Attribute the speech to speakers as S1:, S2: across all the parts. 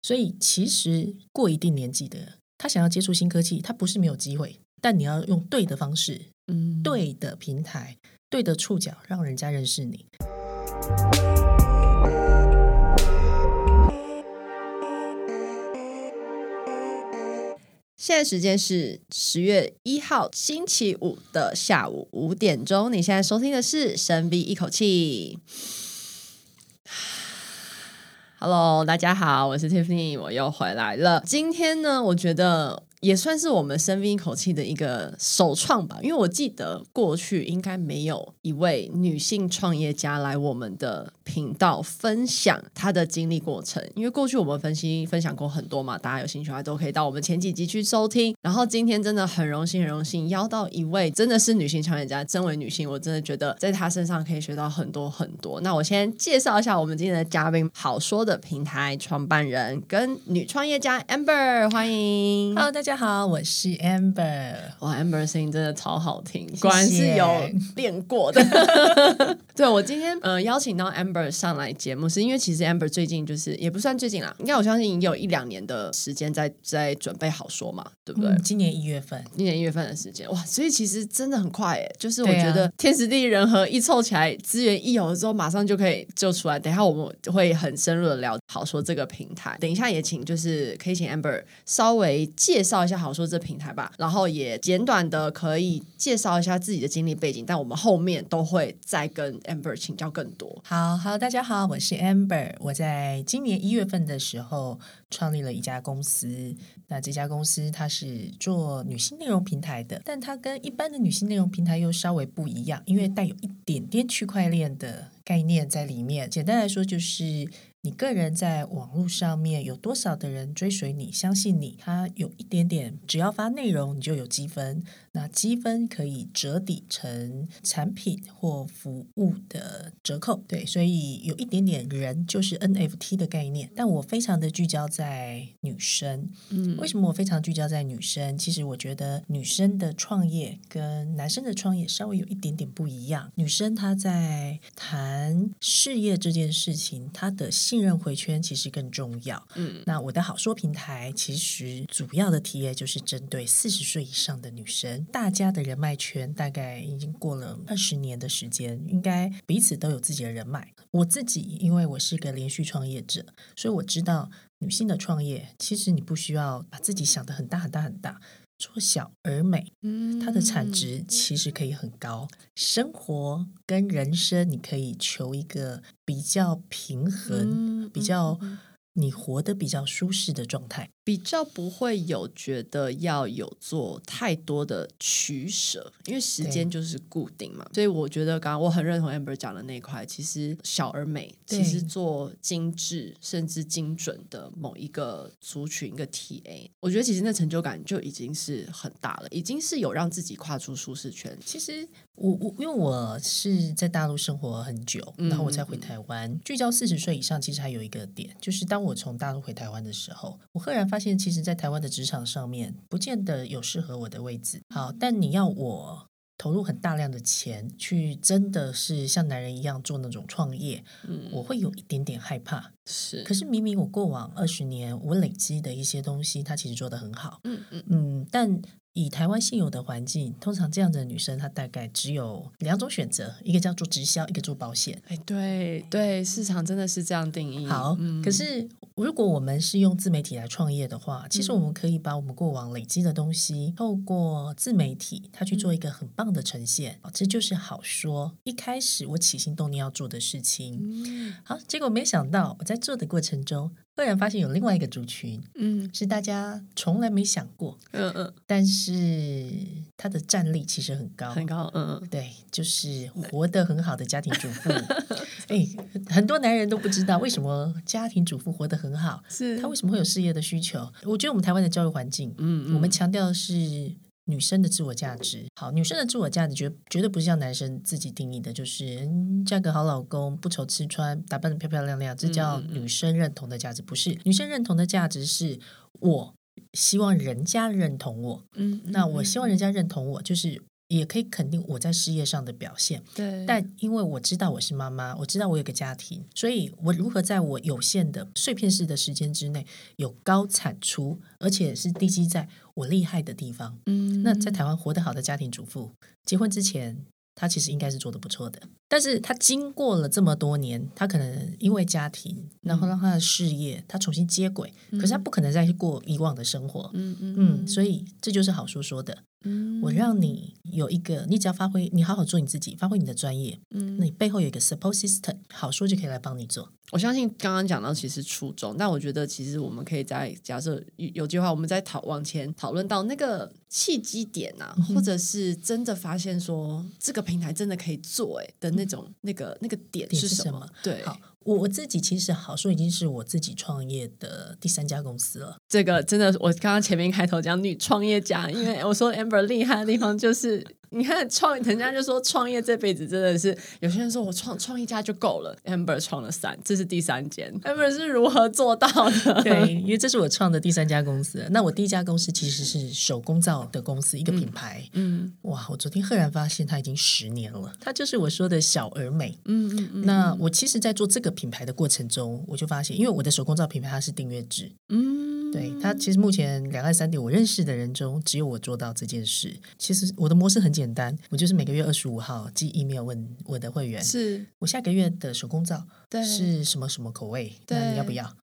S1: 所以其实过一定年纪的，他想要接触新科技，他不是没有机会，但你要用对的方式、
S2: 嗯，
S1: 对的平台、对的触角，让人家认识你。
S2: 现在时间是十月一号星期五的下午五点钟。你现在收听的是《深 V 一口气》。Hello，大家好，我是 Tiffany，我又回来了。今天呢，我觉得也算是我们《深 V 一口气》的一个首创吧，因为我记得过去应该没有一位女性创业家来我们的频道分享她的经历过程，因为过去我们分析分享过很多嘛，大家有兴趣的话都可以到我们前几集去收听。然后今天真的很荣幸，很荣幸邀到一位真的是女性创业家，身为女性，我真的觉得在她身上可以学到很多很多。那我先介绍一下我们今天的嘉宾，好说的平台创办人跟女创业家 Amber，欢迎。
S1: Hello，大家好，我是 Amber。
S2: 哇，Amber 声音真的超好听，
S1: 谢
S2: 果然是有练过的。 对我今天呃邀请到 Amber 上来节目，是因为其实 Amber 最近就是也不算最近啦，应该我相信已经有一两年的时间在在准备好说嘛，对不对？
S1: 嗯，今年一月份，
S2: 一年一月份的时间，哇，所以其实真的很快诶，就是我
S1: 对啊
S2: 觉得天时地利人和一凑起来，资源一有了之后，马上就可以救出来。等一下我们会很深入的聊好说这个平台，等一下也请就是可以请 Amber 稍微介绍一下好说这平台吧，然后也简短的可以介绍一下自己的经历背景，但我们后面都会再跟 Amber 请教更多。
S1: 好，Hello，大家好，我是 Amber。我在今年一月份的时候创立了一家公司，那这家公司它是做女性内容平台的，但它跟一般的女性内容平台又稍微不一样，因为带有一点点区块链的概念在里面。简单来说，就是你个人在网络上面有多少的人追随你、相信你，它有一点点，只要发内容你就有积分，那积分可以折抵成产品或服务的折扣，对，所以有一点点人就是 NFT 的概念，但我非常的聚焦在女生。
S2: 嗯
S1: 为什么我非常聚焦在女生？其实我觉得女生的创业跟男生的创业稍微有一点点不一样。女生她在谈事业这件事情，她的信任回圈其实更重要。
S2: 嗯
S1: 那我的好说平台其实主要的 TA 就是针对四十岁以上的女生，大家的人脉圈大概已经过了二十年的时间，应该彼此都有自己的人脉。我自己因为我是个连续创业者，所以我知道女性的创业，其实你不需要把自己想得很大很大很大。做小而美，
S2: 嗯
S1: 它的产值其实可以很高。生活跟人生，你可以求一个比较平衡、比较
S2: 嗯
S1: 你活得比较舒适的状态。
S2: 比较不会有觉得要有做太多的取舍，因为时间就是固定嘛。所以我觉得刚刚我很认同 Amber 讲的那一块，其实小而美，
S1: 对
S2: 其实做精致甚至精准的某一个族群一个 TA，我觉得其实那成就感就已经是很大了，已经是有让自己跨出舒适圈。
S1: 其实我我因为我是在大陆生活很久，
S2: 嗯
S1: 然后我再回台湾。聚焦四十岁以上，其实还有一个点，就是当我从大陆回台湾的时候，我赫然发现，其实，在台湾的职场上面，不见得有适合我的位置。好，但你要我。投入很大量的钱去，真的是像男人一样做那种创业，
S2: 嗯，
S1: 我会有一点点害怕。
S2: 是
S1: 可，是明明我过往二十年我累积的一些东西，它其实做得很好，
S2: 嗯嗯，
S1: 嗯，但以台湾现有的环境，通常这样的女生她大概只有两种选择，一个叫做直销，一个做保险。
S2: 哎，对对，市场真的是这样定义。
S1: 好，
S2: 嗯
S1: 可是如果我们是用自媒体来创业的话，其实我
S2: 嗯
S1: 们可以把我们过往累积的东西，透过自媒体，它去
S2: 嗯
S1: 做一个很棒的呈现。哦这就是好说一开始我起心动念要做的事情。
S2: 嗯
S1: 好，结果没想到我在做的过程中，赫然发现有另外一个族群
S2: 嗯
S1: 是大家从来没想过，
S2: 嗯
S1: 但是他的战力其实很高
S2: 嗯，。很高，嗯嗯。
S1: 对，就是活得很好的家庭主妇。 哎，很多男人都不知道为什么家庭主妇活得很好，
S2: 是
S1: 他为什么会有事业的需求？我觉得我们台湾的教育环境，
S2: 嗯
S1: 我们强调的是女生的自我价值。好，女生的自我价值绝绝对不是像男生自己定义的，就是、嗯、嫁个好老公，不愁吃穿，打扮的漂漂亮亮，
S2: 嗯
S1: 这叫女生认同的价值。不是，女生认同的价值是我希望人家认同我，
S2: 嗯，
S1: 那我希望人家认同我，就是也可以肯定我在事业上的表现。
S2: 对，
S1: 但因为我知道我是妈妈，我知道我有个家庭，所以我如何在我有限的碎片式的时间之内有高产出，而且是地基在我厉害的地方。
S2: 嗯
S1: 那在台湾活得好的家庭主妇，结婚之前她其实应该是做的不错的，但是她经过了这么多年，她可能因为家庭，然后让她的事业她重新接轨，可是她不可能再去过以往的生活。
S2: 嗯
S1: 嗯，所以这就是好叔说的，
S2: 嗯
S1: 我让你有一个，你只要发挥，你好好做你自己，发挥你的专业，
S2: 嗯
S1: 那你背后有一个 support system，好说就可以来帮你做。
S2: 我相信刚刚讲到其实初衷，但我觉得其实我们可以在假设有有句话，我们再讨往前讨论到那个契机点啊，
S1: 嗯
S2: 或者是真的发现说这个平台真的可以做哎、的那种、那个那个点
S1: 点
S2: 是
S1: 是
S2: 什
S1: 什
S2: 么？
S1: 么
S2: 对，
S1: 好，我我自己其实好说已经是我自己创业的第三家公司了。
S2: 这个真的，我刚刚前面开头讲女创业家，因为我说 Amber 厉害的地方就是，你看创，人家就说创业这辈子真的是，有些人说我创创一家就够了，Amber 创了三，这是第三间，Amber 是如何做到 的？
S1: 对，因为这是我创的第三家公司。那我第一家公司其实是手工皂的公司，一个品牌。
S2: 嗯
S1: 哇，我昨天赫然发现它已经十年了，它就是我说的小而美。
S2: 嗯嗯嗯
S1: 那我其实，在做这个品牌的过程中，我就发现，因为我的手工皂品牌它是订阅制，
S2: 嗯，
S1: 对它其实目前两岸三地我认识的人中，只有我做到这件事。其实我的模式很简单，我就是每个月二十五号寄 email 问我的会员，
S2: 是，
S1: 我下个月的手工皂
S2: 对，
S1: 是什么什么口味？那
S2: 嗯对
S1: 你要不要？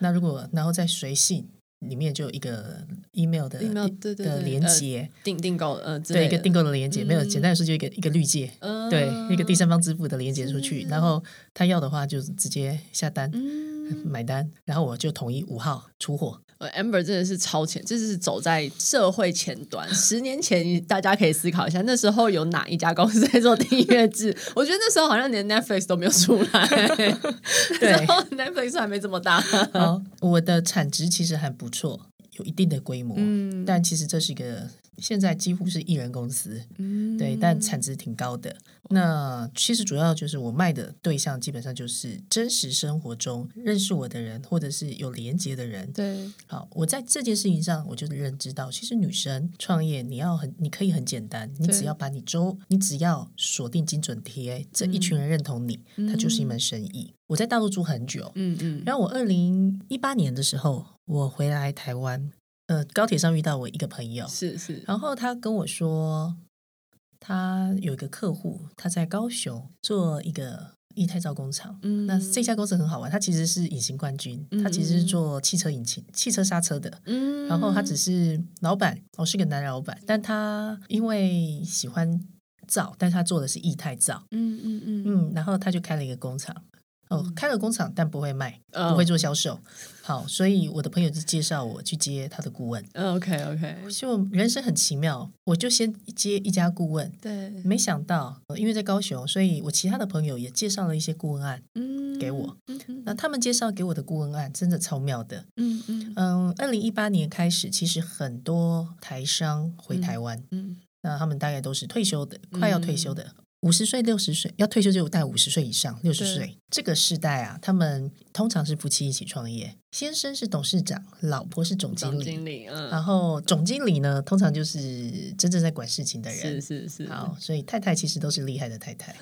S1: 那如果然后在随信里面就有一个 email 的
S2: email，对对
S1: 的
S2: 对
S1: 连
S2: 呃
S1: 接，
S2: 订订购呃之
S1: 对
S2: 类
S1: 一
S2: 的，嗯
S1: 个订购的连接，没有简单来说就一个一个绿界，
S2: 呃，
S1: 对一个第三方支付的连接出去，然后他要的话就直接下单。
S2: 嗯。
S1: 买单，然后我就统一五号出货。
S2: 呃，Amber 真的是超前，这是走在社会前端。十年前，大家可以思考一下，那时候有哪一家公司 在做订阅制？我觉得那时候好像连 Netflix 都没有出 来， 然后 Netflix 还没这么大。
S1: 好，我的产值其实还不错，有一定的规模，
S2: 嗯
S1: 但其实这是一个现在几乎是艺人公司，
S2: 嗯
S1: 对，但产值挺高的。那其实主要就是我卖的对象基本上就是真实生活中认识我的人，或者是有连接的人。
S2: 对，
S1: 好，我在这件事情上，我就认知到，其实女生创业，你要很，你可以很简单，你
S2: 对
S1: 只要把你周，你只要锁定精准 TA 这
S2: 嗯
S1: 一群人认同你，它就是一门生意。我在大陆住很久，
S2: 嗯嗯，
S1: 然后我二零一八年的时候，我回来台湾，呃，高铁上遇到我一个朋友，
S2: 是是，
S1: 然后他跟我说，他有一个客户，他在高雄做一个液态皂工厂。
S2: 嗯
S1: 那这家公司很好玩，它其实是隐形冠军，它其实是做汽车引擎、汽车刹车的。
S2: 嗯，
S1: 然后他只是老板，哦，是个男老板，但他因为喜欢皂，但他做的是液态皂，
S2: 嗯嗯嗯
S1: 嗯，然后他就开了一个工厂，哦，开了工厂但不会卖，
S2: 嗯
S1: 不会做销售。好，所以我的朋友就介绍我去接他的顾问。
S2: 嗯，OK OK，
S1: 就人生很奇妙，我就先接一家顾问，
S2: 对，嗯
S1: 没想到呃因为在高雄，所以我其他的朋友也介绍了一些顾问案。
S2: 嗯，
S1: 给我
S2: 嗯，嗯
S1: 那他们介绍给我的顾问案真的超妙的。
S2: 嗯嗯
S1: 嗯，二零一八年开始，其实很多台商回台湾，
S2: 嗯，
S1: 那他们大概都是退休的，快要退休的。五十岁、六十岁要退休就大概五十岁以上，六十
S2: 对
S1: 岁这个世代啊，他们通常是夫妻一起创业，先生是董事长，老婆是总经
S2: 总
S1: 理，
S2: 经理，嗯，
S1: 然后总经理呢，通常就是真正在管事情的
S2: 是
S1: 人。
S2: 是是，
S1: 好，所以太太其实都是厉害的太太。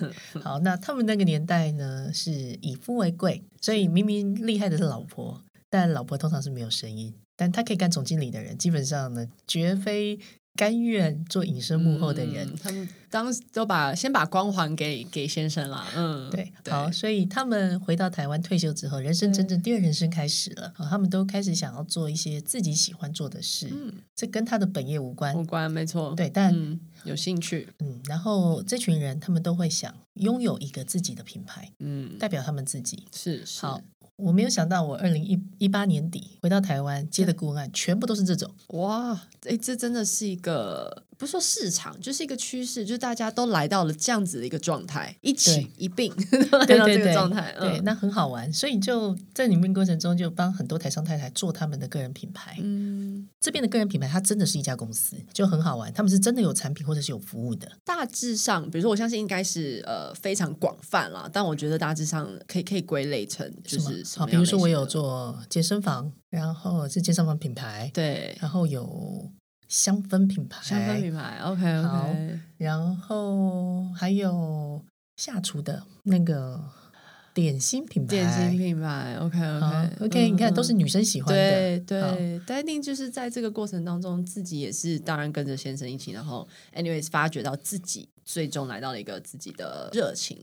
S1: 好，那他们那个年代呢，是以夫为贵，所以明明厉害的是老婆，但老婆通常是没有声音，但她可以干总经理的人，基本上呢，绝非甘愿做隐身幕后的人。
S2: 嗯他们当时都把先把光环给给先生啦，嗯，
S1: 对，
S2: 对
S1: 好，所以他们回到台湾退休之后，人生真正第二人生开始了。好，他们都开始想要做一些自己喜欢做的事，
S2: 嗯
S1: 这跟他的本业无关。
S2: 无关，没错，
S1: 对，但
S2: 嗯，有兴趣，
S1: 嗯，然后这群人他们都会想拥有一个自己的品牌，
S2: 嗯，
S1: 代表他们自己。
S2: 是是
S1: 好，我没有想到，我二零一一八年底回到台湾接的顾问案，全部都是这种。
S2: 哇，哎，这真的是一个不是说市场，就是一个趋势，就是大家都来到了这样子的一个状态，一起一并 都来到这个状态，
S1: 对，
S2: 嗯
S1: 那很好玩。所以就在里面过程中，就帮很多台商太太做他们的个人品牌。
S2: 嗯，
S1: 这边的个人品牌，它真的是一家公司，就很好玩。他们是真的有产品或者是有服务的。
S2: 大致上，比如说，我相信应该是呃非常广泛啦，但我觉得大致上可以可以归类成就是什
S1: 好，
S2: 么
S1: 比
S2: 样
S1: 如
S2: 类
S1: 说我
S2: 型
S1: 有
S2: 的
S1: 做健身房，然后是健身房品牌，
S2: 对
S1: 然后有香氛品牌，
S2: 香氛品牌，OK OK，
S1: 然后还有下厨的那个点心品牌，
S2: 点心品牌，OK OK
S1: 哎哦 OK，你看都是女生喜欢的，
S2: 嗯对对，但一定就是在这个过程当中，自己也是当然跟着先生一起，然后 anyways 发掘到自己最终来到了一个自己的热情，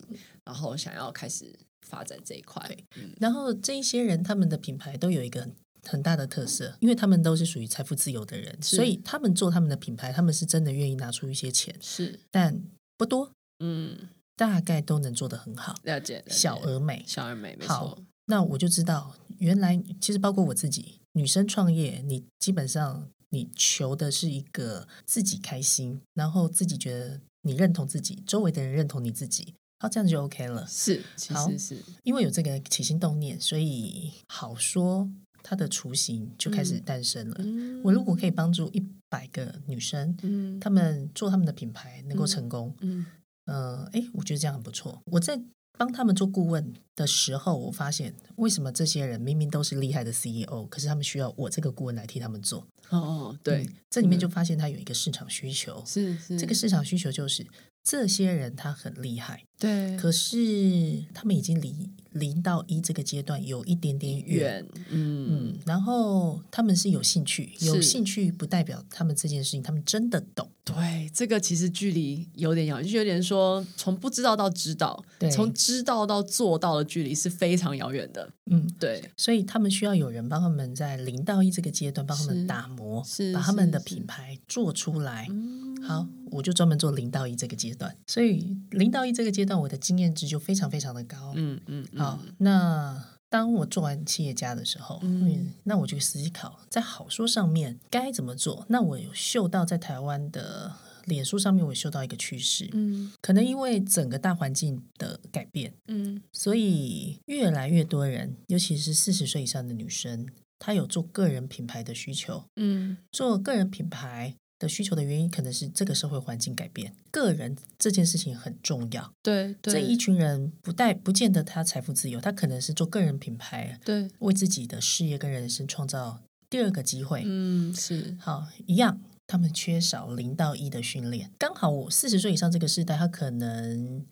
S2: 然后想要开始发展这一块。嗯
S1: 然后这一些人他们的品牌都有一个很很大的特色，因为他们都是属于财富自由的人，
S2: 是
S1: 所以他们做他们的品牌，他们是真的愿意拿出一些钱，
S2: 是，
S1: 但不多，
S2: 嗯，
S1: 大概都能做得很好，
S2: 了解，了解
S1: 小而美。
S2: 小而美，没
S1: 好
S2: 错，
S1: 那我就知道，原来其实包括我自己，女生创业，你基本上你求的是一个自己开心，然后自己觉得你认同自己，周围的人认同你自己，好，这样就 OK 了。
S2: 是，其
S1: 好嗯
S2: 实是
S1: 因为有这个起心动念，所以好说它的雏形就开始
S2: 嗯
S1: 诞生了。
S2: 嗯
S1: 我如果可以帮助一百个女生，
S2: 嗯
S1: 她们做她们的品牌能够成功，
S2: 嗯
S1: 嗯，哎、我觉得这样很不错。我在帮他们做顾问的时候，我发现为什么这些人明明都是厉害的 CEO，可是他们需要我这个顾问来替他们做。
S2: 哦哦，对，
S1: 嗯这里面
S2: 嗯
S1: 就发现他有一个市场需求。
S2: 是是
S1: 这个市场需求就是这些人他很厉害，
S2: 对
S1: 可是他们已经离零到一这个阶段有一点点远。
S2: 远，嗯
S1: 嗯，然后他们是有兴趣，有
S2: 是
S1: 兴趣不代表他们这件事情他们真的懂。
S2: 对，这个其实距离有点遥远，就有点说从不知道到知道
S1: 对，
S2: 从知道到做到的距离是非常遥远的。
S1: 嗯，
S2: 对，
S1: 所以他们需要有人帮他们在零到一这个阶段帮他
S2: 是
S1: 们打磨
S2: 是，
S1: 把他们
S2: 是
S1: 的
S2: 是
S1: 品牌做出来。
S2: 嗯，
S1: 好，我就专门做零到一这个阶段，所以零到一这个阶段我的经验值就非常非常的高。
S2: 嗯嗯，
S1: 好，那当我做完企业家的时候，
S2: 嗯
S1: 嗯，那我就思考在好说上面该怎么做。那我有嗅到在台湾的脸书上面，我有嗅到一个趋势，
S2: 嗯
S1: 可能因为整个大环境的改变，
S2: 嗯
S1: 所以越来越多人，尤其是四十岁以上的女生，她有做个人品牌的需求。
S2: 嗯
S1: 做个人品牌的需求的原因，可能是这个社会环境改变，个人这件事情很重要。
S2: 对对，
S1: 这一群人不带不见得他财富自由，他可能是做个人品牌，
S2: 对，
S1: 为自己的事业跟人生创造第二个机会。
S2: 嗯是
S1: 好，一样，他们缺少零到一的训练。刚好我四十岁以上这个世代，他可能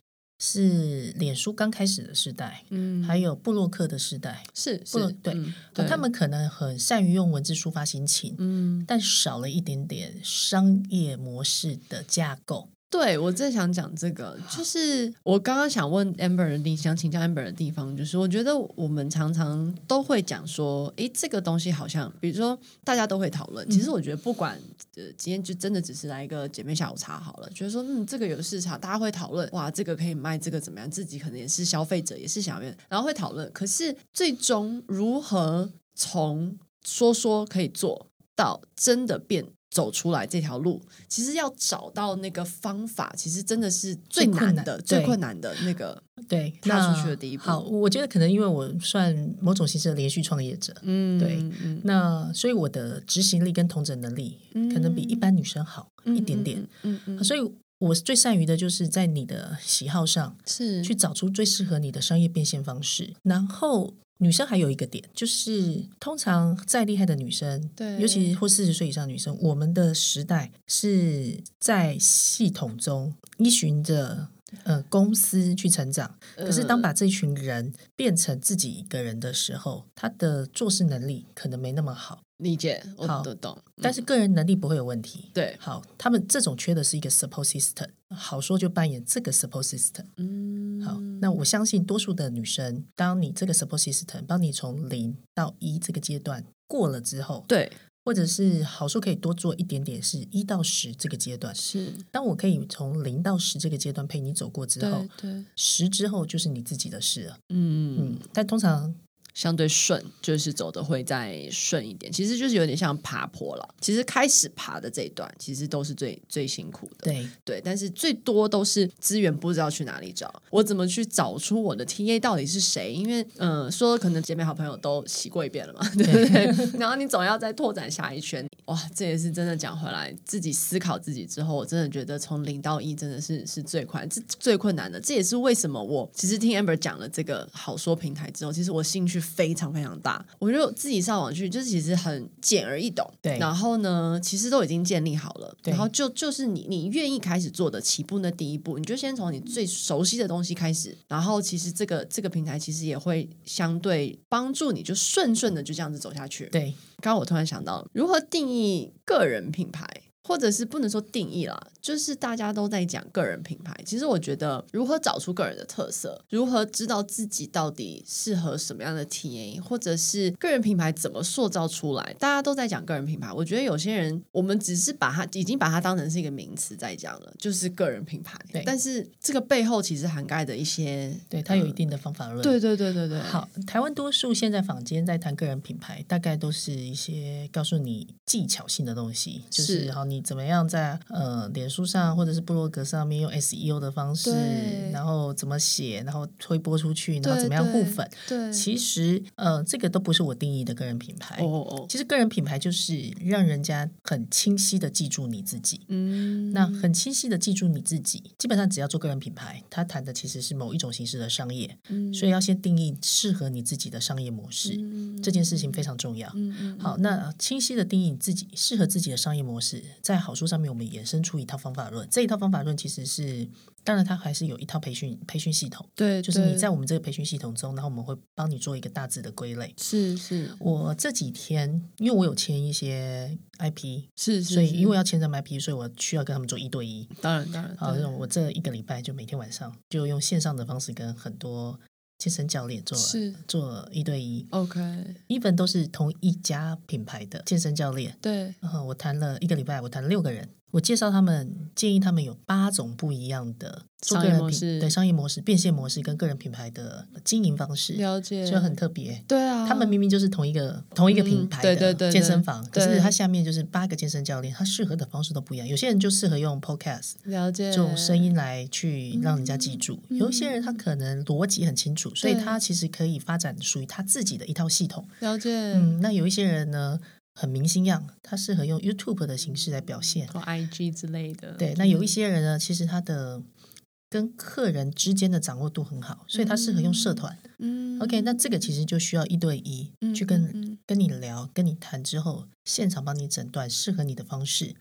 S1: 是脸书刚开始的世代，
S2: 嗯
S1: 还有布洛克的世代，
S2: 是
S1: 不
S2: 是
S1: 能对
S2: 嗯
S1: 呃他们可能很善于用文字抒发心情，
S2: 嗯，
S1: 但少了一点点商业模式的架构。
S2: 对，我正想讲这个，就是我刚刚想问 Amber 的地，想请教 Amber 的地方，就是我觉得我们常常都会讲说，诶，这个东西好像，比如说大家都会讨论。其实我觉得不管呃，今天就真的只是来一个姐妹下午茶好了，觉得说，嗯，这个有市场，大家会讨论，哇，这个可以卖，这个怎么样？自己可能也是消费者，也是想要，然后会讨论。可是最终如何从说说可以做到真的变走出来这条路，其实要找到那个方法，其实真的是最
S1: 困
S2: 难
S1: 难
S2: 的、
S1: 对
S2: 最困难的那个。
S1: 对，
S2: 踏
S1: 那
S2: 出去的第一步
S1: 好，我觉得可能因为我算某种形式的连续创业者，
S2: 嗯，
S1: 对
S2: 嗯，
S1: 那所以我的执行力跟同整能力
S2: 嗯
S1: 可能比一般女生好
S2: 嗯
S1: 一点点。，
S2: 嗯嗯，嗯
S1: 所以我是最善于的就是在你的喜好上
S2: 是
S1: 去找出最适合你的商业变现方式。然后女生还有一个点就是，通常再厉害的女生，
S2: 对
S1: 尤其或四十岁以上的女生，我们的时代是在系统中依循着。呃，公司去成长，可
S2: 呃
S1: 是
S2: 嗯
S1: 当把这群人变成自己一个人的时候，他的做事能力可能没那么好，
S2: 理解，我
S1: 好
S2: 都懂，
S1: 但
S2: 嗯
S1: 是个人能力不会有问题。
S2: 对，
S1: 好，他们这种缺的是一个 support system，好说就扮演这个 support system。
S2: 嗯，
S1: 好，那我相信多数的女生，当你这个 support system 帮你从零到一这个阶段过了之后，
S2: 对
S1: 或者是好说可以多做一点点，是一到十这个阶段。
S2: 是，
S1: 当我可以从零到十这个阶段陪你走过之后
S2: 对，对，
S1: 十之后就是你自己的事了。
S2: 嗯
S1: 嗯，，但通常
S2: 相对顺，就是走的会再顺一点。其实就是有点像爬坡了。其实开始爬的这一段，其实都是最最辛苦的。
S1: 对
S2: 对，但是最多都是资源不知道去哪里找，我怎么去找出我的 TA 到底是谁？因为嗯、呃说可能姐妹好朋友都洗过一遍了嘛，对不对？然后你总要再拓展下一圈。哇，这也是真的讲回来，自己思考自己之后，我真的觉得从零到一真的是是最快、这最困难的。这也是为什么我其实听 Amber 讲了这个好说平台之后，其实我兴趣非常非常大。我就自己上网去，就是其实很简而易懂。
S1: 对
S2: 然后呢，其实都已经建立好了。
S1: 对
S2: 然后就就是你你愿意开始做的起步那第一步，你就先从你最熟悉的东西开始。然后其实这个这个平台其实也会相对帮助你，就顺顺的就这样子走下去。
S1: 对，
S2: 刚刚我突然想到，如何定义个人品牌，或者是不能说定义啦，就是大家都在讲个人品牌。其实我觉得，如何找出个人的特色，如何知道自己到底适合什么样的 TA，或者是个人品牌怎么塑造出来，大家都在讲个人品牌。我觉得有些人，我们只是把它已经把它当成是一个名词在讲了，就是个人品牌
S1: 对。
S2: 但是这个背后其实涵盖的一些，呃
S1: 对，它有一定的方法论。
S2: 嗯对对对对对，
S1: 好，台湾多数现在坊间在谈个人品牌，大概都是一些告诉你技巧性的东西，就是
S2: 是
S1: 好你怎么样在呃脸书上或者是部落格上面用 SEO 的方式
S2: 对，
S1: 然后怎么写，然后推播出去，然后怎么样互粉。
S2: 对，
S1: 其实呃这个都不是我定义的个人品牌。
S2: 哦哦哦，
S1: 其实个人品牌就是让人家很清晰的记住你自己，
S2: 嗯，
S1: 那很清晰的记住你自己。基本上只要做个人品牌，它谈的其实是某一种形式的商业。
S2: 嗯
S1: 所以要先定义适合你自己的商业模式，
S2: 嗯
S1: 这件事情非常重要。
S2: 嗯嗯
S1: 好，那清晰的定义自己适合自己的商业模式，在好书上面我们衍生出一套方法论。这一套方法论其实是，当然它还是有一套培训培训系统，
S2: 对，
S1: 就是你
S2: 对
S1: 在我们这个培训系统中，然后我们会帮你做一个大致的归类。
S2: 是是
S1: 我这几天因为我有签一些 IP，
S2: 是，
S1: 所以因为
S2: 要
S1: 要签这么 IP，所以我需要跟他们做一对一。
S2: 当然当然
S1: 好，
S2: 当然
S1: 啊那我这一个礼拜就每天晚上就用线上的方式跟很多健身教练做
S2: 是
S1: 做一对一
S2: OK，
S1: ，even 都是同一家品牌的健身教练。
S2: 对，
S1: 然后我谈了一个礼拜，我谈了六个人，我介绍他们，建议他们有八种不一样的做个
S2: 商业
S1: 人
S2: 模
S1: 品
S2: 式
S1: 对商业模式、变现模式跟个人品牌的经营方式，
S2: 了解，
S1: 就很特别。
S2: 对啊，嗯
S1: 他们明明就是同一个同一个品牌
S2: 对对
S1: 的
S2: 对对
S1: 健身房，可是
S2: 对
S1: 他下面就是八个健身教练，他适合的方式都不一样。有些人就适合用 podcast，
S2: 了解
S1: 这种声音
S2: 嗯
S1: 来去让人家记住。有一些人他可能逻辑很清楚，所以
S2: 对
S1: 他其实可以发展属于他自己的一套系统。
S2: 了解，
S1: 嗯，那有一些人呢很明星样，他适合用 YouTube 的形式来表现。
S2: 或 IG 之类的，嗯
S1: 对，那有一些人呢，其实他的跟客人之间的掌握度很好，所以他适合用社团。
S2: 嗯
S1: OK，那这个其实就需要一对一
S2: 嗯
S1: 去跟、
S2: 嗯嗯
S1: 跟你聊、跟你谈之后，现场帮你诊断适合你的方式，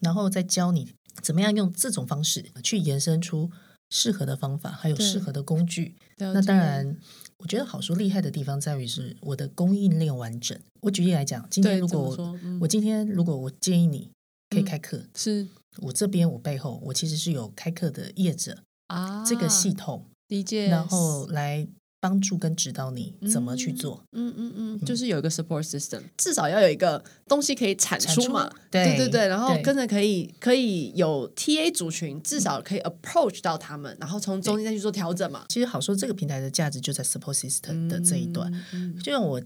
S1: 然后再教你怎么样用这种方式去延伸出适合的方法，还有
S2: 对
S1: 适合的工具。
S2: 了
S1: 那
S2: 解
S1: 当然，我觉得好书厉害的地方在于是我的供应链完整。我举例来讲，今天
S2: 对，
S1: 如
S2: 怎
S1: 果
S2: 么
S1: 我
S2: 说嗯
S1: 我今天如果我建议你可以
S2: 嗯
S1: 开课，
S2: 是
S1: 我这边我背后我其实是有开课的业者、
S2: 啊
S1: 这个系统，
S2: 理解，
S1: 然后来帮助跟指导你怎么去做。
S2: 嗯嗯嗯，就是有一个 support system，至少要有一个东西可以产
S1: 产
S2: 出
S1: 出
S2: 嘛。
S1: 对
S2: 对对然后
S1: 对
S2: 跟着可以可以有 TA 族群，至少可以 approach 到他们，然后从中间再去做调整嘛。
S1: 其实好说，这个平台的价值就在 support system 的这一段。
S2: 嗯，嗯
S1: 就像我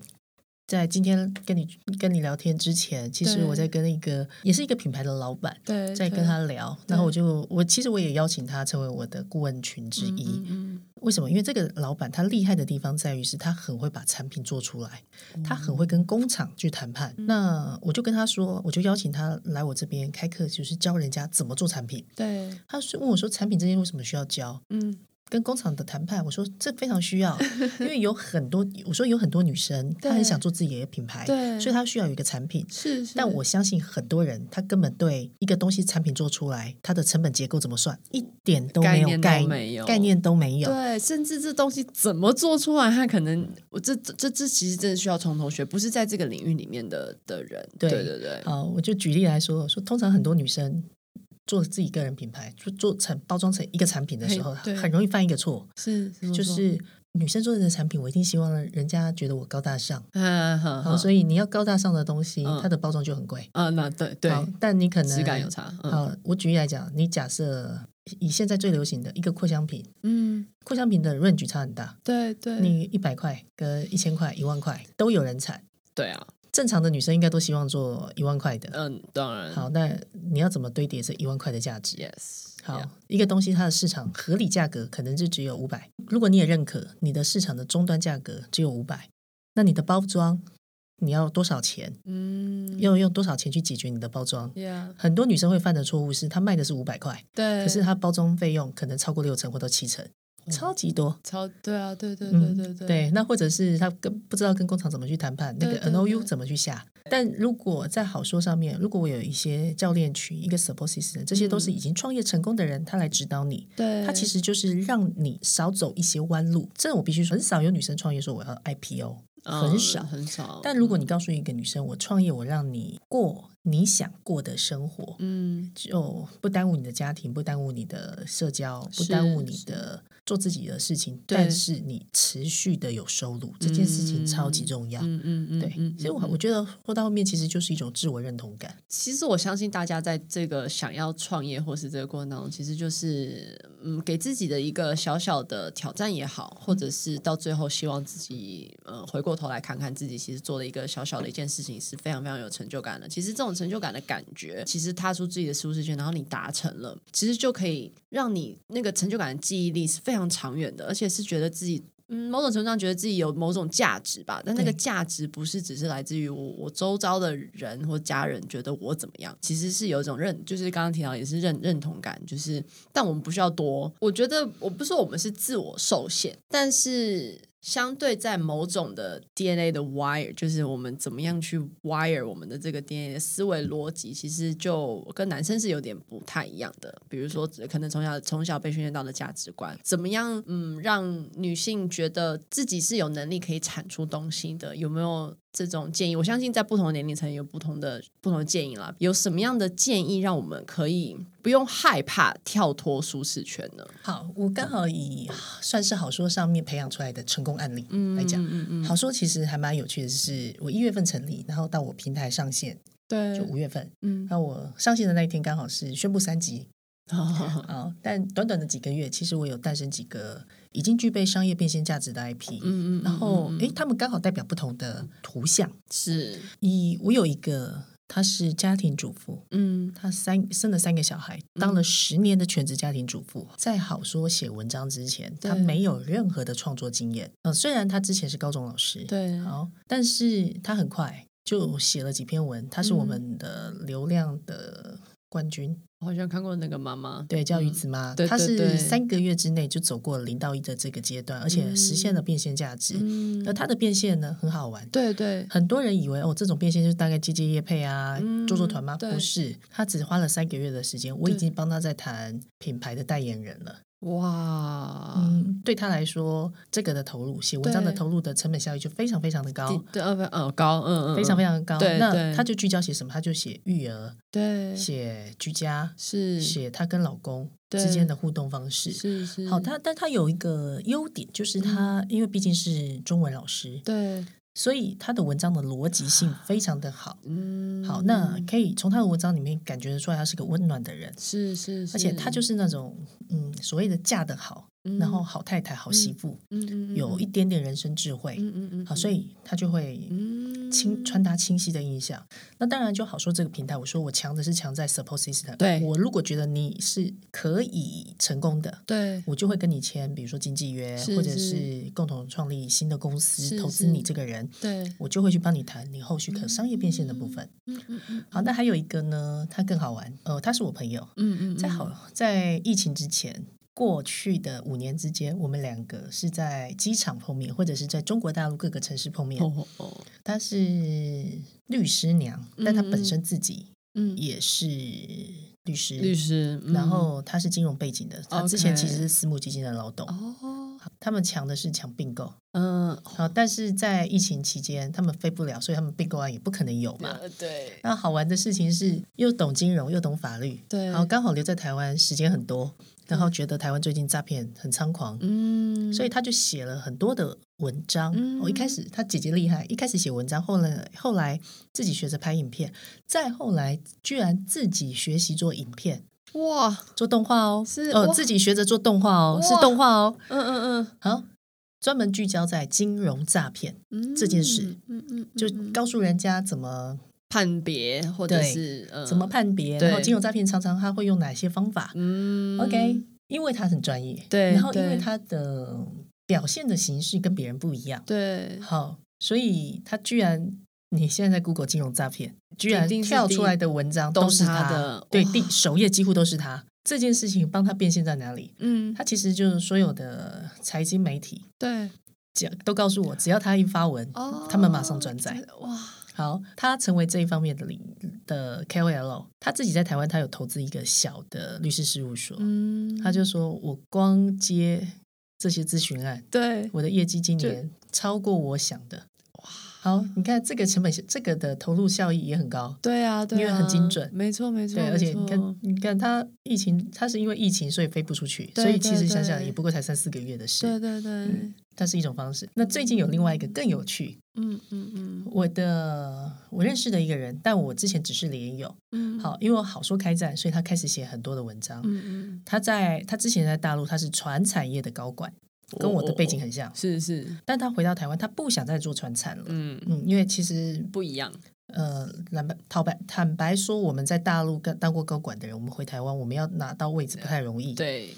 S1: 在今天跟你跟你聊天之前，其实
S2: 对
S1: 我在跟一个也是一个品牌的老板
S2: 对，
S1: 在
S2: 对嗯
S1: 跟他聊，然后我就我其实我也邀请他成为我的顾问群之
S2: 嗯
S1: 一。
S2: 嗯嗯
S1: 为什么？因为这个老板他厉害的地方在于是他很会把产品做出来，他很
S2: 哦
S1: 会跟工厂去谈判。
S2: 嗯
S1: 那我就跟他说，我就邀请他来我这边开课，就是教人家怎么做产品。
S2: 对，
S1: 他是问我说，产品这些为什么需要教？
S2: 嗯，
S1: 跟工厂的谈判，我说这非常需要，因为有很多，我说有很多女生，她很想做自己的品牌，
S2: 对
S1: 哎所以她需要有一个产品。
S2: 是是，
S1: 但我相信很多人，他根本对一个东西产品做出来，它的成本结构怎么算，一点都没有
S2: 概
S1: 概
S2: 念都没有
S1: 概念都没有。
S2: 对，甚至这东西怎么做出来，他可能我这这这这其实真的需要从头学，不是在这个领域里面的的人。
S1: 对
S2: 对对对，
S1: 好，我就举例来说，说通常很多女生做自己个人品牌，就做成包装成一个产品的时候，
S2: 嘿对
S1: 很容易犯一个错，
S2: 是怎么
S1: 就
S2: 说
S1: 是女生做的产品，我一定希望人家觉得我高大上，
S2: 嗯，好，
S1: 好，所以你要高大上的东西，
S2: 嗯
S1: 它的包装就很贵。
S2: 啊，那对对，
S1: 好，但你可能
S2: 质感有差。嗯
S1: 好，我举例来讲，你假设以现在最流行的一个扩香瓶，
S2: 嗯，
S1: 扩香瓶的 range 差很大，
S2: 对对，
S1: 你一百块跟一千块、一万块都有人产。
S2: 对啊，
S1: 正常的女生应该都希望做一万块的。
S2: 嗯，当然
S1: 好，那你要怎么堆叠这一万块的价值？
S2: ，yes，
S1: 好
S2: yeah，
S1: 一个东西它的市场合理价格可能就只有五百，如果你也认可你的市场的终端价格只有五百，那你的包装你要多少钱？
S2: 嗯，
S1: 要用多少钱去解决你的包装？
S2: ，yeah，
S1: 很多女生会犯的错误是，她卖的是五百块，
S2: 对，
S1: 可是她包装费用可能超过六成或到七成，超级多。
S2: 超对啊，对哦对对
S1: 嗯
S2: 对对，
S1: 对，那或者是他跟不知道跟工厂怎么去谈判，那
S2: 对
S1: 个
S2: 对
S1: N O U
S2: 对
S1: 怎么去下。但如果在好说上面，如果我有一些教练群、一个 support system，这些都是已经创业成功的人，他来指导你，
S2: 嗯对，
S1: 他其实就是让你少走一些弯路。这我必须说，很少有女生创业说我要 I P O，很
S2: 嗯
S1: 少。
S2: 很少。
S1: 但如果你告诉一个女生，我创业，我让你过你想过的生活，
S2: 嗯
S1: 就哦不耽误你的家庭，不耽误你的社交，不
S2: 是
S1: 耽误你的做自己的事情，
S2: 对
S1: 但是你持续的有收入，这件事情超级重要。
S2: 嗯嗯嗯，
S1: 对，
S2: 嗯
S1: 所以我
S2: 嗯
S1: 我觉得说到后面其实就是一种自我认同感。
S2: 其实我相信大家在这个想要创业或是这个过程当中，其实就是嗯，给自己的一个小小的挑战也好，或者是到最后希望自己呃回过头来看看自己，其实做了一个小小的一件事情是非常非常有成就感的。其实这种成就感的感觉，其实踏出自己的舒适圈，然后你达成了，其实就可以让你那个成就感的记忆力是非常长远的，而且是觉得自己。嗯，某种程度上觉得自己有某种价值吧，但那个
S1: 对
S2: 价值不是只是来自于我我周遭的人或家人觉得我怎么样，其实是有一种认，就是刚刚提到也是认认同感，就是但我们不需要多，我觉得我不是说我们是自我受限，但是相对在某种的 DNA 的 wire，就是我们怎么样去 wire 我们的这个 DNA 的思维逻辑，其实就跟男生是有点不太一样的。比如说，可能从小从小被训练到的价值观，怎么样，嗯，让女性觉得自己是有能力可以产出东西的，有没有？这种建议，我相信在不同的年龄层有不同的不同的建议啦。有什么样的建议让我们可以不用害怕跳脱舒适圈呢？
S1: 好，我刚好以算是好说上面培养出来的成功案例
S2: 嗯
S1: 来讲。
S2: 嗯嗯，
S1: 好说其实还蛮有趣的是，我一月份成立，然后到我平台上线
S2: 对
S1: 就五月份，
S2: 嗯，
S1: 那我上线的那一天刚好是宣布三级，
S2: 嗯
S1: 啊、但短短的几个月，其实我有诞生几个已经具备商业变现价值的 IP，、
S2: 嗯嗯，
S1: 然后
S2: 嗯嗯嗯
S1: 诶，他们刚好代表不同的图像。
S2: 是，
S1: 以我有一个，她是家庭主妇，
S2: 嗯
S1: 她三生了三个小孩，当了十年的全职家庭主妇。在好说写文章之前，她
S2: 对
S1: 没有任何的创作经验。嗯、虽然她之前是高中老师，
S2: 对，
S1: 好，但是她很快就写了几篇文，她是我们的流量的冠军。
S2: 我好像看过那个妈妈，
S1: 对，叫鱼子妈，
S2: 嗯对
S1: 她
S2: 对
S1: 是
S2: 对
S1: 三个月之内就走过零到一的这个阶段，而且实现了变现价值。
S2: 嗯，
S1: 而她的变现呢，很好玩。
S2: 对对，
S1: 很多人以为哦，这种变现就是大概接接业配啊，
S2: 嗯
S1: 做做团吗？
S2: 对
S1: 不是，她只花了三个月的时间，我已
S2: 对
S1: 经帮她在谈品牌的代言人了。
S2: 哇，
S1: 嗯，对她来说，这个的投入，写文章的
S2: 对
S1: 投入的成本效益就非常非常的高，
S2: 对，呃呃高，嗯嗯，
S1: 非常非常地高。
S2: 对
S1: 那
S2: 对
S1: 她就聚焦写什么？她就写育儿，
S2: 对，
S1: 写居家，
S2: 是
S1: 写她跟老公
S2: 对
S1: 之间的互动方式。
S2: 是是，
S1: 好，他但他有一个优点，就是他、
S2: 嗯
S1: 因为毕竟是中文老师，
S2: 对，
S1: 所以他的文章的逻辑性
S2: 啊
S1: 非常的好。
S2: 嗯，
S1: 好，那可以从他的文章里面感觉得出来，他是个温暖的人，
S2: 是是，
S1: 而且他就是那种嗯所谓的嫁得好，然后好太太、好媳妇，
S2: 嗯
S1: 有一点点人生智慧。
S2: 嗯嗯嗯，
S1: 好，所以他就会
S2: 嗯
S1: 清传达清晰的印象。那当然就好说这个平台，我说我强的是强在 support system。
S2: 对
S1: 我如果觉得你是可以成功的，
S2: 对
S1: 我就会跟你签，比如说经纪约，
S2: 是
S1: 或者
S2: 是
S1: 是共同创立新的公司，
S2: 是
S1: 投资
S2: 是
S1: 你这个人，
S2: 对，
S1: 我就会去帮你谈你后续可商业变现的部分。
S2: 嗯嗯嗯
S1: 好，那还有一个呢，他更好玩，呃，他是我朋友，
S2: 嗯嗯，
S1: 在好在疫情之前。过去的五年之间，我们两个是在机场碰面，或者是在中国大陆各个城市碰面。
S2: 哦哦，
S1: 她是律师娘，但她本身自己
S2: 嗯，
S1: 也是律师，
S2: 律师，嗯
S1: 然后她是金融背景的，她之前其实
S2: OK
S1: 是私募基金的老董。
S2: 哦，
S1: 他们抢的是抢并购，
S2: 嗯，
S1: 好，但是在疫情期间他们飞不了，所以他们并购案也不可能有嘛。
S2: 呃对
S1: 那好玩的事情是，又懂金融又懂法律，
S2: 对，
S1: 然后刚好留在台湾时间很多，然后觉得台湾最近诈骗很猖狂，
S2: 嗯，
S1: 所以他就写了很多的文章。哦
S2: 嗯
S1: 我、一开始他姐姐厉害，一开始写文章，后来后来自己学着拍影片，再后来居然自己学习做影片。
S2: 哇，
S1: 做动画哦，
S2: 是
S1: 哦，
S2: 哇
S1: 自己学着做动画哦，是
S2: 哇
S1: 动画哦，
S2: 嗯嗯
S1: 好，专门聚焦在金融诈骗，
S2: 嗯，
S1: 这件事，
S2: 嗯嗯，
S1: 就
S2: 嗯嗯
S1: 告诉人家怎么、
S2: 判别或者
S1: 对
S2: 是呃
S1: 怎么，判别，
S2: 对
S1: 然后金融诈骗常常他会用哪些方法、
S2: 嗯
S1: o k 因为他很专业，
S2: 对
S1: 然后因为
S2: 对
S1: 他的表现的形式跟别人不一样，
S2: 对，
S1: 好，所以他居然。你现在在 Google 金融诈骗，居然
S2: 一定是
S1: 跳
S2: 第一
S1: 出来的文章
S2: 都
S1: 都
S2: 是
S1: 是
S2: 他
S1: 他
S2: 的
S1: 对，
S2: 哇
S1: 第首页几乎都是他。这件事情帮他变现在哪里？
S2: 嗯，
S1: 他其实就是所有的财经媒体
S2: 对，
S1: 只要都告诉我，只要他一发文，
S2: 嗯哦，
S1: 他们马上转载。
S2: 哇，
S1: 好，他成为这一方面的领的 KOL，他自己在台湾他有投资一个小的律师事务所，
S2: 嗯，
S1: 他就说我光接这些咨询案，
S2: 对，
S1: 我的业绩今
S2: 就
S1: 年超过我想的。好，你看这个成本，这个的投入效益也很高。
S2: 对啊，对啊，
S1: 因为很精准
S2: 没错没错，
S1: 对，而且你
S2: 没错
S1: 看，你看他疫情，他是因为疫情所以飞不出去，
S2: 对
S1: 所以其实
S2: 对
S1: 想想
S2: 对
S1: 也不过才三四个月的
S2: 对
S1: 事，
S2: 对对，
S1: 它是一种方式。那最近有另外一个更有趣，
S2: 嗯嗯嗯
S1: 我的我认识的一个人，但我之前只是连友，
S2: 嗯，，
S1: 好，因为我好说开战，所以他开始写很多的文章。
S2: 嗯嗯，
S1: 他在他之前在大陆，他是船产业的高管，跟我的背景很像，
S2: 是是，
S1: 但他回到台湾，他不想再做船产了。
S2: 嗯，
S1: 嗯，因为其实
S2: 不一样，
S1: 呃，坦白坦白坦白说，我们在大陆干当过高管的人，我们回台湾，我们要拿到位置不太容易。
S2: 对，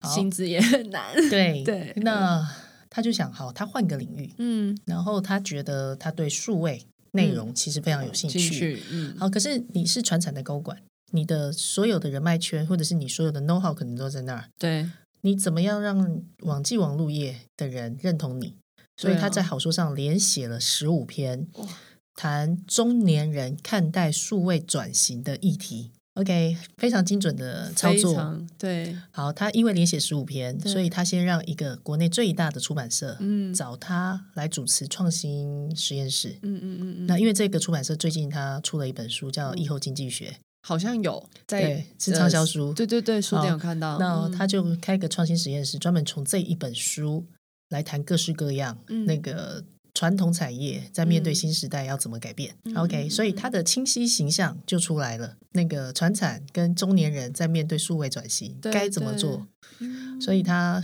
S1: 好
S2: 薪资也很难，
S1: 对
S2: 对
S1: 那他就想，好，他换个领域，
S2: 嗯，
S1: 然后他觉得他对数位内容其实非常有兴
S2: 进去，嗯，
S1: 好，可是你是传产的高管，你的所有的人脉圈，或者是你所有的 know how 可能都在那儿，
S2: 对，
S1: 你怎么样让网际网路业的人认同你？所以
S2: 对啊
S1: 他在好书上连写了十五篇
S2: 哇，
S1: 谈中年人看待数位转型的议题。OK，非常精准的操
S2: 非
S1: 作。
S2: 常对，
S1: 好，他因为连写十五篇，
S2: 对
S1: 所以他先让一个国内最大的出版社
S2: 嗯，
S1: 找他来主持创新实验室。
S2: 嗯嗯嗯嗯，
S1: 那因为这个出版社最近他出了一本书叫《疫后经济学》，
S2: 好像有嗯在
S1: 对，是
S2: 呃
S1: 畅销书。
S2: 对对对，书店
S1: 好
S2: 有看到，
S1: 那
S2: 嗯
S1: 他就开一个创新实验室，专门从这一本书来谈各式各样、
S2: 嗯
S1: 那个传统产业在面对
S2: 嗯
S1: 新时代要怎么改变。
S2: 嗯
S1: OK，
S2: 嗯
S1: 所以他的清晰形象就出来了。那个传产跟中年人在面对数位转型
S2: 对
S1: 该怎么
S2: 对
S1: 做？
S2: 嗯
S1: 所以他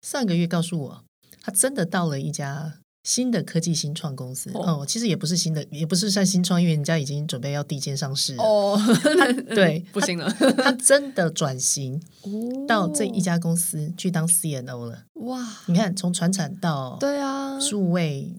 S1: 上个月告诉我，他真的到了一家。新的科技新创公司
S2: 哦
S1: 哦其实也不是新的，也不是算新创，因为人家已经准备要地间上市了。
S2: 哦，
S1: 对
S2: 不行了，哦
S1: 他真的转型到这一家公司去当 CNO 了。
S2: 哇，
S1: 你看，从传产到
S2: 对啊，
S1: 数位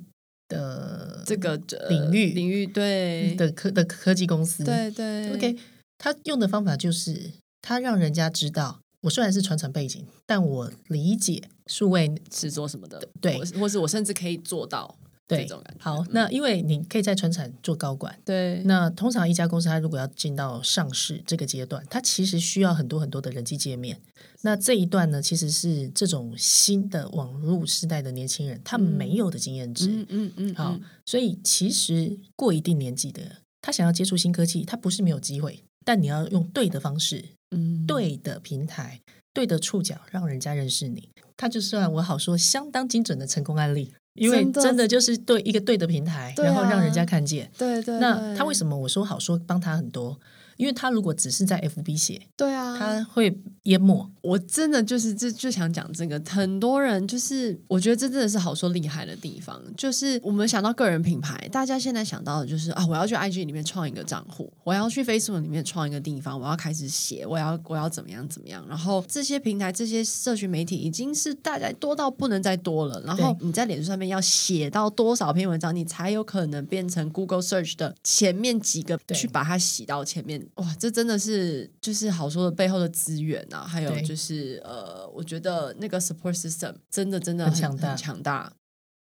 S1: 的
S2: 这个呃
S1: 嗯领域
S2: 领域对
S1: 的科的科技公司，
S2: 对对
S1: OK，他用的方法就是他让人家知道，我虽然是传产背景，但我理解数位
S2: 是做什么的，
S1: 对
S2: 我或是我甚至可以做到这
S1: 对
S2: 种感觉。
S1: 好
S2: 嗯。
S1: 那因为你可以在传产做高管。
S2: 对，
S1: 那通常一家公司，它如果要进到上市这个阶段，它其实需要很多很多的人际界面。那这一段呢，其实是这种新的网络时代的年轻人他们
S2: 嗯
S1: 没有的经验值。
S2: 嗯嗯嗯，
S1: 好
S2: 嗯，
S1: 所以其实过一定年纪的，他想要接触新科技，他不是没有机会，但你要用对的方式、
S2: 嗯，
S1: 对的平台、对的触角，让人家认识你。他就算我好说相当精准的成功案例，因为
S2: 真的
S1: 真的就是对一个对的平台，
S2: 对啊
S1: 然后让人家看见。
S2: 对对，
S1: 那他为
S2: 么？
S1: 什么我说好说帮他很多？因为他如果只是在 FB 写，
S2: 对啊，
S1: 他会淹没。
S2: 我真的就是就就想讲这个，很多人就是我觉得这真的是好说厉害的地方，就是我们想到个人品牌，大家现在想到的就是啊，我要去 IG 里面创一个账户，我要去 Facebook 里面创一个地方，我要开始写，我要我要怎么样怎么样，然后这些平台这些社群媒体已经是大家多到不能再多了，然后
S1: 对
S2: 你在脸书上面要写到多少篇文章，你才有可能变成 Google Search 的前面几个
S1: 对
S2: 去把它洗到前面，哇，这真的是就是好说的背后的资源啊，还有。还有
S1: 对
S2: 就是呃，我觉得那个 support system 真的真的
S1: 很
S2: 很
S1: 强大
S2: 很强大。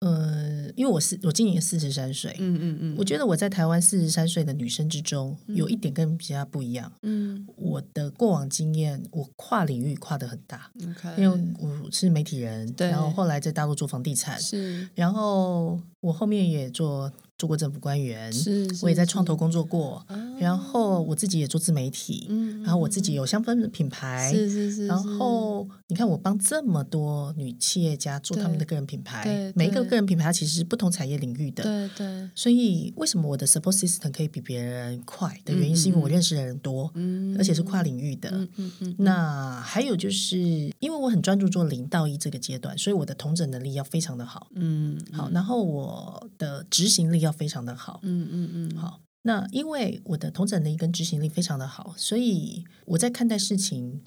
S1: 嗯，因为我是我今年四十三岁，
S2: 嗯嗯嗯，
S1: 我觉得我在台湾四十三岁的女生之中，有一点跟其他不一样。
S2: 嗯
S1: 我的过往经验，我跨领域跨得很大，
S2: ，OK，
S1: 因为我是媒体人，
S2: 嗯对
S1: 然后后来在大陆做房地产，
S2: 是
S1: 然后我后面也做做过政府官员，
S2: 是，是
S1: 我也在创投，工作过，
S2: 是啊
S1: 然后我自己也做自媒体，
S2: 嗯，
S1: 然后我自己
S2: 有
S1: 有香氛的品牌，
S2: 是是是，
S1: 然
S2: 是
S1: 后你看，我帮这么多女企业家做他们的个人品
S2: 对
S1: 牌，每一个
S2: 对
S1: 个人品牌它其实是不同产业领域的，
S2: 对对，
S1: 所以为什么我的 support system 可以比别人快的原
S2: 嗯
S1: 因，是因为我
S2: 嗯
S1: 认识的人多，
S2: 嗯，
S1: 而且是跨领域的。
S2: 嗯嗯嗯，
S1: 那还有就是，因为我很专注做零到一这个阶段，所以我的同整能力要非常的好，
S2: 嗯
S1: 好，然后我的执行力要非常的好，
S2: 嗯嗯嗯，
S1: 好。那因为我的同整能力跟执行力非常的好，所以我在看待事情，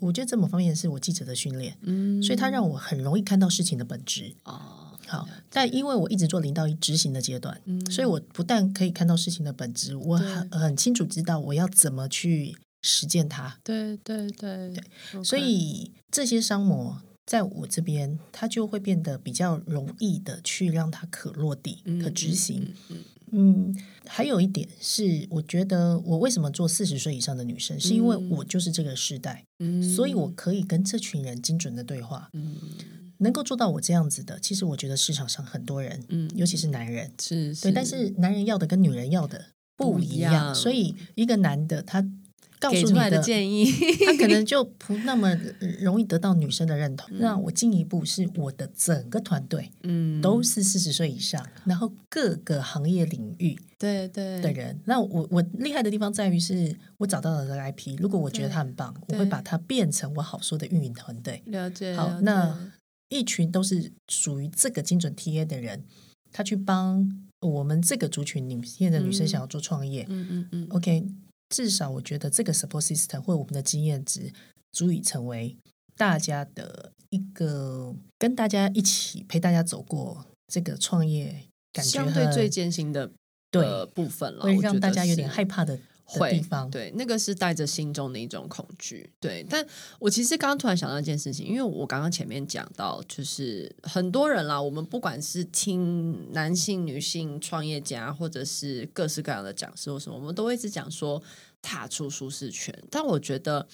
S1: 我觉得这某方面是我记者的训练，
S2: 嗯，
S1: 所以它让我很容易看到事情的本质。
S2: 哦，
S1: 好，但因为我一直做零到一执行的阶段，
S2: 嗯
S1: 所以我不但可以看到事情的本质，我
S2: 对
S1: 很很清楚知道我要怎么去实践它。
S2: 对对对，OK
S1: 所以这些商模在我这边，它就会变得比较容易的去让它可落地、
S2: 嗯
S1: 可执行。
S2: 嗯嗯
S1: 嗯，还有一点是，我觉得我为什么做四十岁以上的女生，是因为
S2: 嗯
S1: 我就是这个时代，
S2: 嗯
S1: 所以我可以跟这群人精准的对话，
S2: 嗯
S1: 能够做到我这样子的。其实我觉得市场上很多人，
S2: 嗯
S1: 尤其是男人，
S2: 是
S1: 对，但是男人要的跟女人要的不
S2: 不
S1: 一
S2: 一
S1: 样，
S2: 样
S1: 所以一个男的他告诉
S2: 给
S1: 你
S2: 出来的建议，
S1: 他可能就不那么容易得到女生的认同。那我进一步是我的整个团队
S2: 嗯
S1: 都是四十岁以上，然后各个行业领域
S2: 对对
S1: 的人。那我我厉害的地方在于是我找到了这个 IP，如果我觉得他很棒，我
S2: 嗯对
S1: 会把它变成我好说的运营团队。
S2: 了解。
S1: 好
S2: 了解
S1: 那一群都是属于这个精准 TA 的人，他去帮我们这个族群里面的女生
S2: 嗯
S1: 想要做创业。
S2: 嗯嗯嗯
S1: OK，至少我觉得这个 support system 或我们的经验值，足以成为大家的一个跟大家一起陪大家走过这个创业，感觉
S2: 相对
S1: 很
S2: 最艰辛的
S1: 对
S2: 呃部分了，
S1: 会
S2: 我觉
S1: 让大
S2: 得
S1: 家有点
S2: 是
S1: 害怕的的
S2: 会
S1: 地方。
S2: 对，那个是带着心中的一种恐惧。对，但我其实刚刚突然想到一件事情，因为我刚刚前面讲到，就是很多人啦，我们不管是听男性、女性创业家，或者是各式各样的讲师或什么，我们都会一直讲说踏出舒适圈。但我觉得，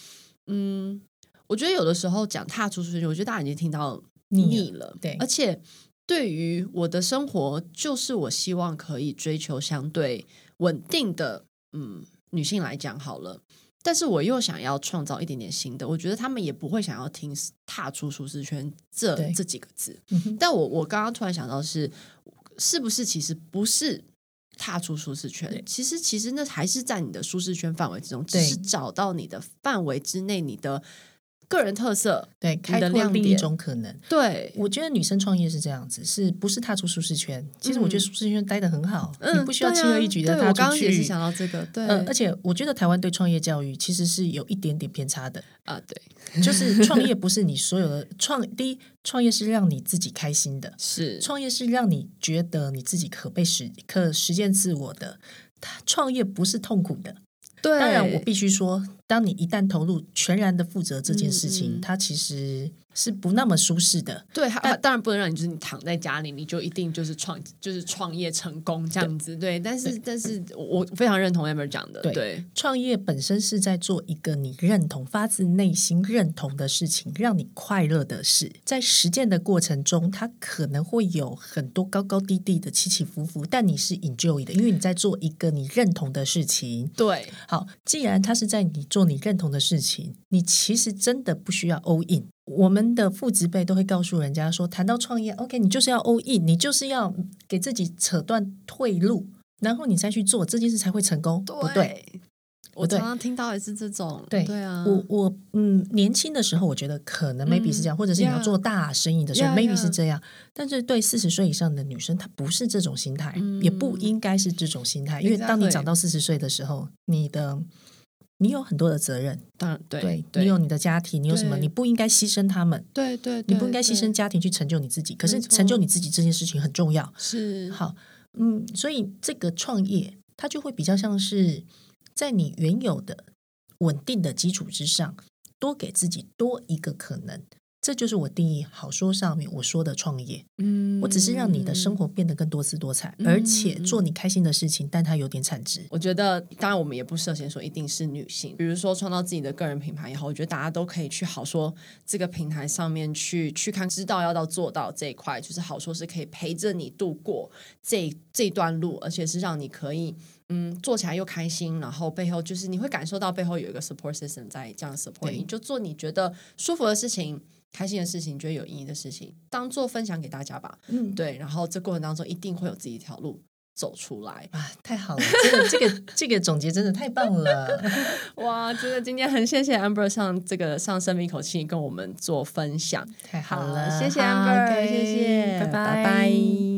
S2: 嗯，我觉得有的时候讲踏出舒适圈，我觉得大家已经听到
S1: 腻了
S2: 腻了，
S1: 对
S2: 而且。对于我的生活，就是我希望可以追求相对稳定的，嗯，女性来讲好了。但是我又想要创造一点点新的，我觉得他们也不会想要听“踏出舒适圈这”
S1: 对
S2: 这几个字。
S1: 嗯哼
S2: 但我我刚刚突然想到是，是不是其实不是踏出舒适圈
S1: 对？
S2: 其实其实那还是在你的舒适圈范围之中，只
S1: 对
S2: 是找到你的范围之内你的个人特色。
S1: 对，开
S2: 的
S1: 拓
S2: 亮
S1: 另一
S2: 点
S1: 种可能。
S2: 对，
S1: 我觉得女生创业是这样子，是不是踏出舒适圈？其实我觉得
S2: 嗯
S1: 舒适圈待得很好，
S2: 嗯，
S1: 你不需要
S2: 对
S1: 轻
S2: 啊
S1: 而易举的
S2: 对
S1: 踏
S2: 我
S1: 出去。
S2: 刚刚也是想到这个，对，
S1: 呃，而且我觉得台湾对创业教育其实是有一点点偏差的，
S2: 啊，对，
S1: 就是创业不是你所有的创，第一，创业是让你自己开心的，
S2: 是
S1: 创业是让你觉得你自己可被实可实践自我的。它创业不是痛苦的，
S2: 对，
S1: 当然我必须说，当你一旦投入全然的负责这件事情，
S2: 嗯嗯
S1: 它其实是不那么舒适的。
S2: 对，还当然不能让你就是你躺在家里，你就一定就是创就是创业成功这样子，对。但是但是我我非常认同 Amber 讲的，
S1: 对
S2: 对
S1: 创业本身是在做一个你认同、发自内心认同的事情，让你快乐的事。在实践的过程中，它可能会有很多高高低低的起起伏伏，但你是 enjoy 的，因为你在做一个你认同的事情。
S2: 对
S1: 好，既然它是在你做你认同的事情，你其实真的不需要 all in。我们的父职辈都会告诉人家说，谈到创业，OK，你就是要 all in，你就是要给自己扯断退路，然后你再去做这件事才会成功，不对？
S2: 我
S1: 不对
S2: 常常听到也是这种，
S1: 对
S2: 对啊，
S1: 我我嗯，年轻的时候我觉得可能 maybe 是这样，
S2: 嗯
S1: 或者是你要
S2: yeah
S1: 做大生意的时候
S2: Yeah,
S1: maybe
S2: yeah
S1: 是这样。但是对四十岁以上的女生，她不是这种心态，
S2: 嗯
S1: 也不应该是这种心态，因为当你
S2: Exactly
S1: 长到四十岁的时候，你的你有很多的责任，
S2: 当然对
S1: 对
S2: 对
S1: 你有你的家庭，你有什么，
S2: 对
S1: 你不应该牺牲他们，
S2: 对对，
S1: 你
S2: 对
S1: 不应该牺牲
S2: 对
S1: 家庭去成就你自己。可是
S2: 没错
S1: 成就你自己这件事情很重要。
S2: 是
S1: 好，嗯，所以这个创业它就会比较像是在你原有的稳定的基础之上，多给自己多一个可能。这就是我定义好说上面我说的创业，
S2: 嗯
S1: 我只是让你的生。活变得更多姿多彩，而且做
S2: 嗯
S1: 你开心的事情，但它有点产值。
S2: 我觉得，当然我们也不设限说一定是女性。比如说，创造自己的个人品牌以后，我觉得大家都可以去好说这个平台上面去去看，知道要到做到这一块，就是好说是可以陪着你度过这这段路，而且是让你可以嗯做起来又开心，然后背后就是你会感受到背后有一个 support system 在这样 support
S1: 对
S2: 你，就做你觉得舒服的事情。开心的事情，觉得有意义的事情，当做分享给大家吧。
S1: 嗯，
S2: 对，然后这过程当中一定会有自己一条路走出来。
S1: 啊，太好了，这个这个这个总结真的太棒了。
S2: 哇，真的，今天很谢谢 Amber 上这个上生命口气跟我们做分享，
S1: 太
S2: 好
S1: 好了，
S2: 谢谢
S1: 好
S2: Amber，
S1: ，OK，
S2: 谢谢，
S1: 拜
S2: 拜
S1: 拜
S2: 拜